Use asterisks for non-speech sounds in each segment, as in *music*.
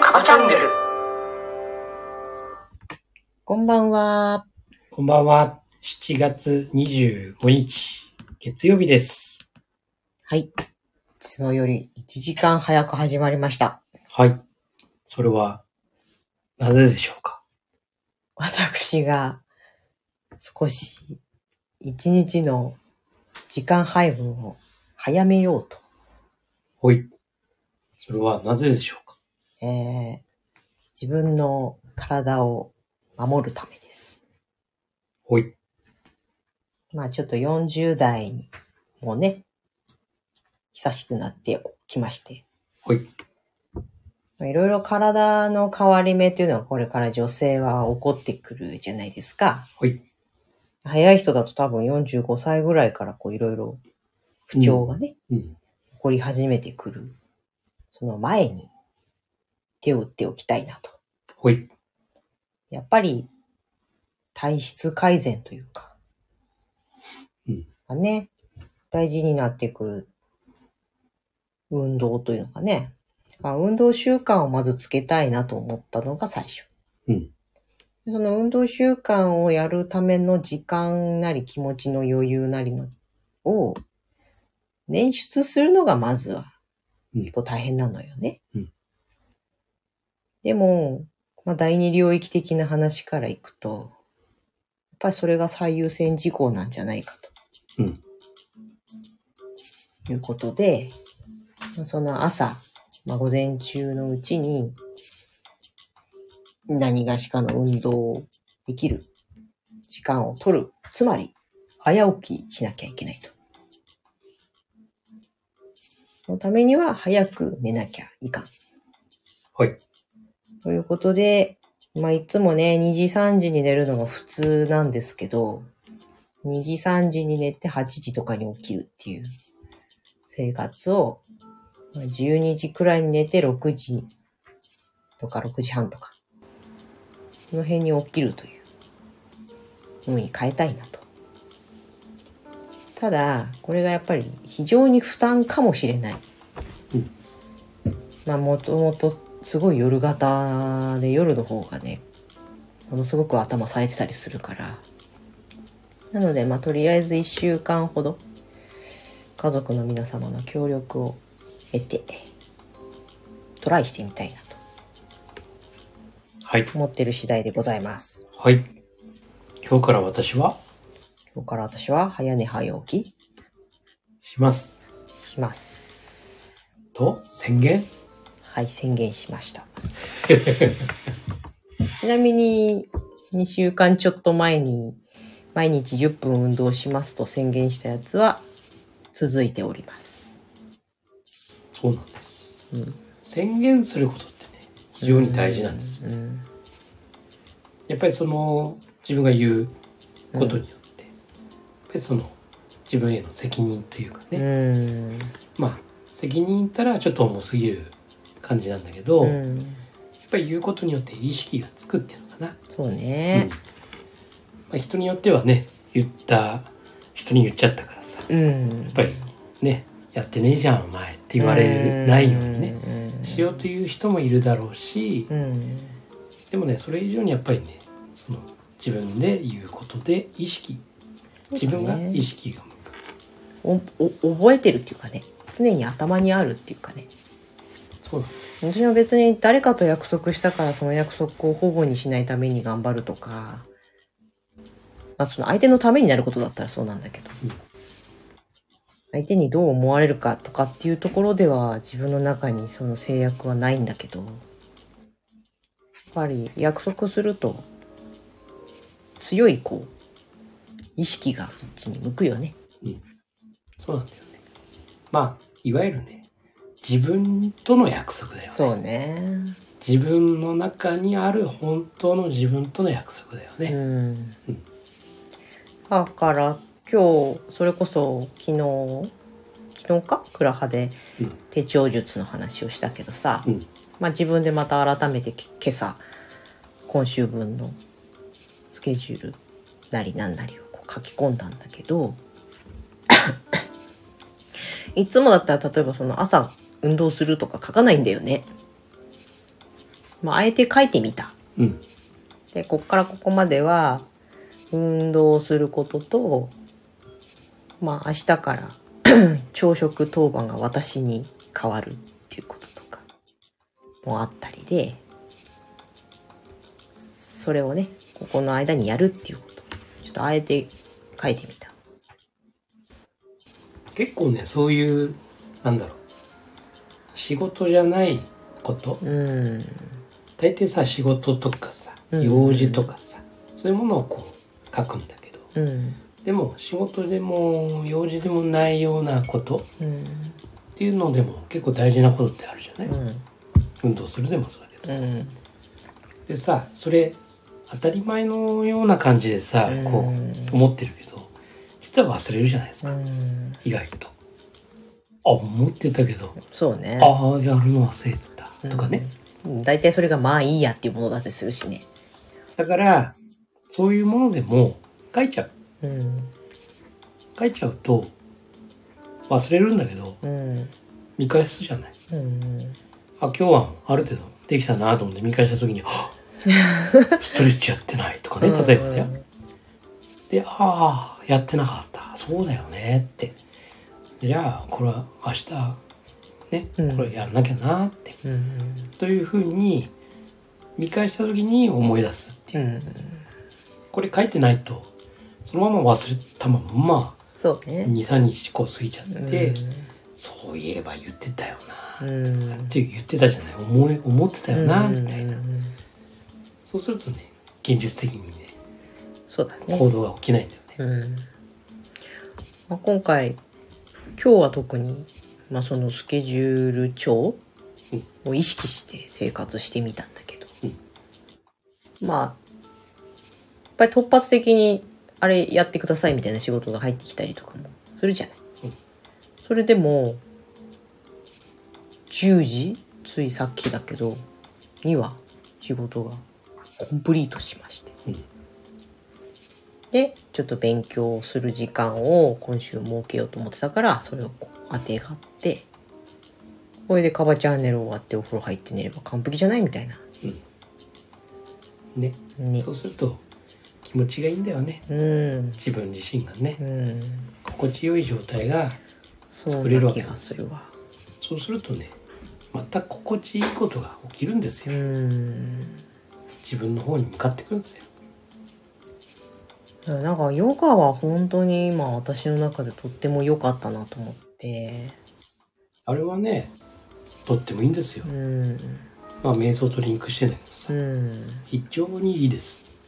カバチャンネルこんばんは。こんばんは。7月25日、月曜日です。はい。いつもより1時間早く始まりました。はい。それは、なぜでしょうか私が少し1日の時間配分を早めようと。ほい。それはなぜでしょうかえー自分の体を守るためです。ほい。まあちょっと40代もね、久しくなってきまして。ほい。まあいろいろ体の変わり目っていうのはこれから女性は起こってくるじゃないですか。ほい。早い人だと多分45歳ぐらいからこういろいろ不調がね、うん。起こり始めてくる。その前に手を打っておきたいなと。ほい。やっぱり体質改善というか、うんがね、大事になってくる運動というのがね、まあ、運動習慣をまずつけたいなと思ったのが最初。うんその運動習慣をやるための時間なり気持ちの余裕なりのを捻出するのがまずはうん結構大変なのよね。うんでも、まあ、第二領域的な話からいくと、やっぱりそれが最優先事項なんじゃないかと。うんいうことで、まあその朝、まあ、午前中のうちに、何がしかの運動をできる時間を取る。つまり、早起きしなきゃいけないと。そのためには早く寝なきゃいかん。ほい。ということで、まあ、いつもね、2時3時に寝るのが普通なんですけど、2時3時に寝て8時とかに起きるっていう生活を、まあ12時くらいに寝て6時とか6時半とか、その辺に起きるというのに変えたいなと。ただ、これがやっぱり非常に負担かもしれない。まあ、もともとすごい夜型で夜の方がねものすごく頭冴えてたりするからなのでまあとりあえず1週間ほど家族の皆様の協力を得てトライしてみたいなとはい。思ってる次第でございますはい。今日から私は、今日から私は早寝早起きします。しますと、宣言はい宣言しました *laughs* ちなみに2週間ちょっと前に毎日10分運動しますと宣言したやつは続いております。そうなんです。うん宣言することってね、非常に大事なんです。うんやっぱりその、自分が言うことによって、やっぱりその、自分への責任というかね、うんまあ責任言ったらちょっと重すぎる感じなんだけど、うやっんぱり言うことによって意識がつくっていうのかな、そううんねま。あ、人によってはね言った人に言っちゃったからさやっうん。ぱりねやってねえじゃんお前って言われるないようにねねしようという人もいるだろうしうん。でもねそれ以上にやっぱりねその自分で言うことで意識自分が意識が向くおお覚えてるっていうかね常に頭にあるっていうかねそうなん私も別に誰かと約束したからその約束を保護にしないために頑張るとか、まあ、その相手のためになることだったらそうなんだけど、うん相手にどう思われるかとかっていうところでは自分の中にその制約はないんだけどやっぱり約束すると強いこう意識がそっちに向くよね。そうなんだよねまあいわゆるね自分との約束だよねそうね。自分の中にある本当の自分との約束だようね。んうんだから今日それこそ昨日昨日かクラハでうん手帳術の話をしたけどさ、うんまあ、自分でまた改めてき今朝今週分のスケジュールなりなんなりをこう書き込んだんだけど *coughs* いつもだったら例えばその朝運動するとか書かないんだよね。まあ、あえて書いてみた。うん。でこっからここまでは運動をすることとまあ明日から *clears throat* 朝食当番が私に変わるっていうこととかもあったりでそれをねここの間にやるっていうことちょっとあえて書いてみた。結構ね、そういう、なんだろう。仕事じゃないこと。うん大抵さ、仕事とかさ、うん用事とかさ、そういうものをこう書くんだけど。うんでも、仕事でも、用事でもないようなことっうんていうのでも、結構大事なことってあるじゃない、うん運動するでもそうだけど。うんでさそれ当たり前のような感じでさうんこう思ってるけど実は忘れるじゃないですうかん意外と。あ思ってたけどそうね。ああやるの忘れてたとかね。うん。大体それがまあいいやっていうものだってするしね。だからそういうものでも書いちゃううん書いちゃうと忘れるんだけどうん見返すじゃない。うんあ今日はある程度できたなと思って見返した時には *laughs* っストレッチやってないとかね例えばね。で、ああ、やってなかった。そうだよねって。じゃあ、これは明日、うんね、これやらなきゃなって。うんというふうに、見返した時に思い出すっていう。うん、これ書いてないと、そのまま忘れたまんま、そうね。 2、3日こう過ぎちゃって、うそういえば言ってたよな。ん、うんって言ってたじゃない。思い、思ってたよな、みたいな。うんそうするとね、現実的にね、そうだね。行動が起きないんだようね。んまあ、今回今日は特に、まあ、そのスケジュール帳を意識して生活してみたんだけど、まあやっぱり突発的にあれやってくださいみたいな仕事が入ってきたりとかもするじゃない。うんそれでも10時ついさっきだけどには仕事がコンプリートしまして。うんでちょっと勉強をする時間を今週設けようと思ってたからそれをこう当てがってこれでカバチャンネル終わってお風呂入って寝れば完璧じゃないみたいな。ね。ねそうすると、気持ちがいいんだよね。うん自分自身がねうん心地よい状態がそ作うれなるわけ気がするわ。そうするとねまた心地いいことが起きるんですうよん自分の方に向かってくるんですよなんかヨガは本当に今私の中でとっても良かったなと思って。あれはねとってもいいんですようんまあ瞑想とリンクしてんだけどさうん非常にいいです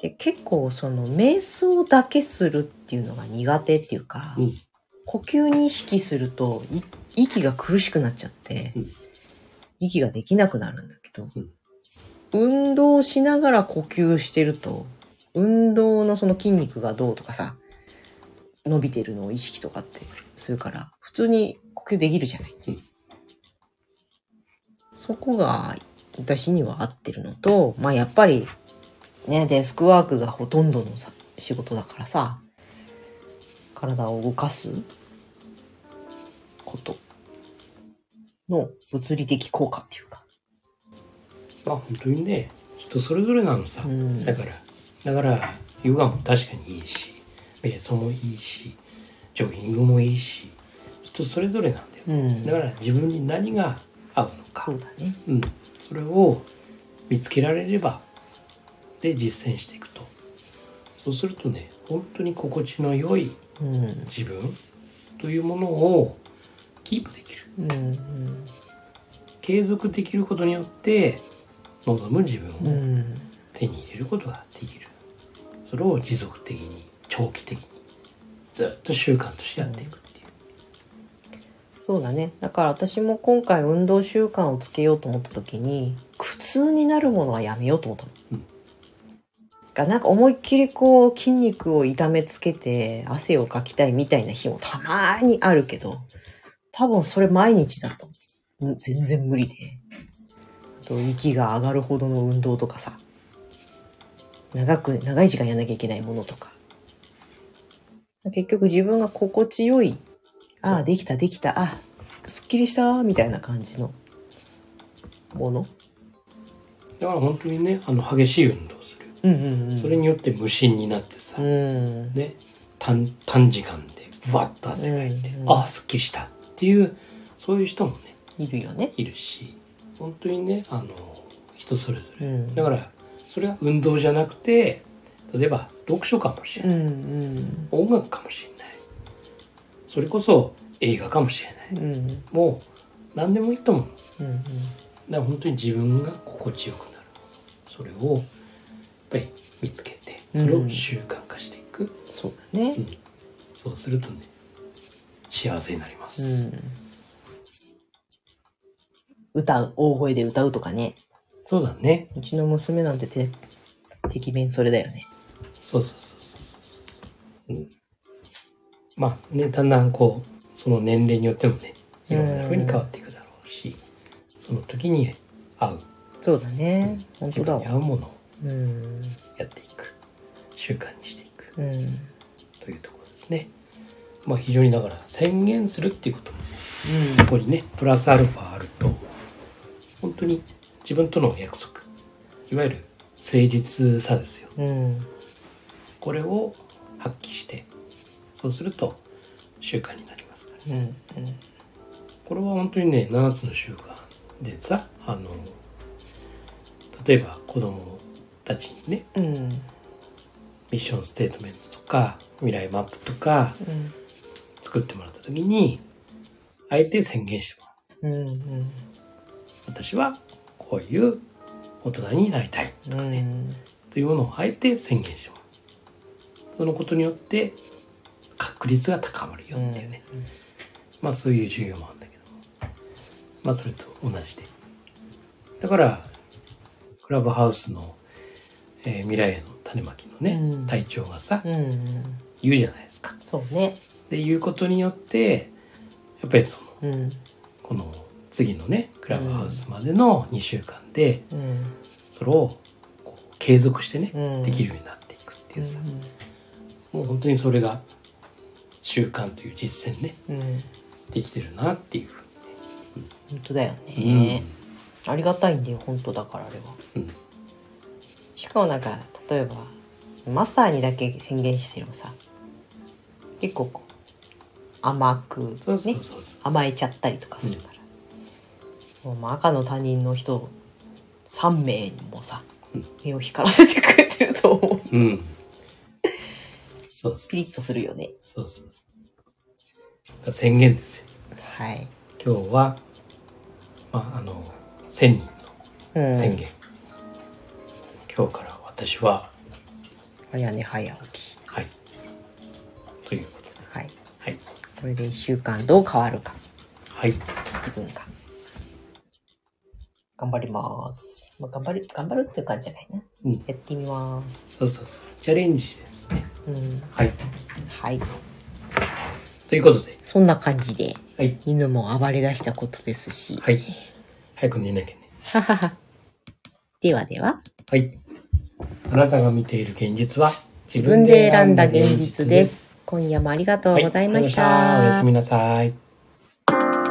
で結構その瞑想だけするっていうのが苦手っていうか、うん呼吸に意識するとい息が苦しくなっちゃって、うん息ができなくなるんだけど、うん運動しながら呼吸してると運動のその筋肉がどうとかさ伸びてるのを意識とかってするから普通に呼吸できるじゃない、うんそこが私には合ってるのとまあやっぱりねデスクワークがほとんどのさ仕事だからさ体を動かすことの物理的効果っていうか。まあ本当にね人それぞれなのさ、うんだからだからヨガも確かにいいし瞑想もいいしジョギングもいいし人それぞれなんだよ、うんだから自分に何が合うのか、そうだね。うん、それを見つけられればで実践していくとそうするとね本当に心地の良いうん。自分というものをキープできるうん。継続できることによって望む自分うをん。手に入れることができるそれを持続的に長期的にずっと習慣としてやっていくっていう、そうだね。だから私も今回運動習慣をつけようと思った時に、苦痛になるものはやめようと思ったの。うんがなんか思いっきりこう筋肉を痛めつけて汗をかきたいみたいな日もたまーにあるけど、多分それ毎日だと。うん全然無理で。と息が上がるほどの運動とかさ長く長い時間やんなきゃいけないものとか結局自分が心地よいああできたできたあすっきりしたみたいな感じのものだから本当にねあの激しい運動すうるんうんうんそれによって無心になってさ、うんね短短時間でぶわっと汗がいて、うんうんああすっきりしたっていうそういう人もねいるよねいるし本当にねあの人それぞうれ、んだからそれは運動じゃなくて例えば読書かもしうれない、んうん音楽かもしれないそれこそ映画かもしれないうんうんもう何でもいいと思ううんだから本当に自分が心地よくなるそれをやっぱり見つけてそれを習慣化していく、そうだねうんそうするとね幸せになりまうす、ん歌う大声で歌うとかねそうだねうちの娘なんてて、てきめんそれだよね。そうそうそうそうそうそう、うん、まあねだんだんこうその年齢によってもねいろんな風に変わっていくだろうし、その時に合うそうだね。本自当だ分にわ。合うものをうん。やっていく習慣にしていくうん。うん。というところですねまあ非常にだから宣言するっていうこともねそこにねプラスアルファあると本当に自分との約束いわゆる誠実さですようん。これを発揮してそうすると習慣になりますからうん。うん。これは本当にね7つの習慣でさあの例えば子供たちにねうん。うん。ミッションステートメントとか未来マップとか作ってもらった時にあえて宣言してもらううん。うん。私はこういう大人になりたいうん。というものをあえて宣言してもらうそのことによって確率が高まるよっていうね、まあそういう授業もあるんだけどまあそれと同じでだからクラブハウスの、えー未来への種まきのね、うん隊長がさうん。うん。言うじゃないですか。そうね。で言うことによってやっぱりそのうん。この次のねクラブハウスまでの2週間でうん。それをこう継続してね、うんできるようになっていくっていうさ、うもう本当にそれが習慣という実践ねん。うん。できてるなっていうふ本当だようにね。ありがたいんだよ、本当だからあれは。うんうんしかもなんか例えばマスターにだけ宣言してもさ結構こう甘くねそうそうそうそう甘えちゃったりとかするから、もうまあ赤の他人の人3名にもさうん目を光らせてくれてると思ううん。そうそうピリッとするよねそうそう。だから宣言ですよ。はい、今日は、まあ、あの、千人うの宣ん、言。今日から私は、早寝早起きはい。ということで。はいはい。これで1週間どう変わるかはい。自分が頑張ります、まあ、頑張る頑張るっていう感じじゃないなうん。やってみますそうそうそう。チャレンジですね。うんはい。はい。ということで。そんな感じで、はい。犬も暴れ出したことですし。はい。早く寝なきゃね。ははは。ではでは、はい。あなたが見ている現実は、自自分で選んだ現実で。す。今夜もありがとうございました。はいありがとうございましたおやすみなさい。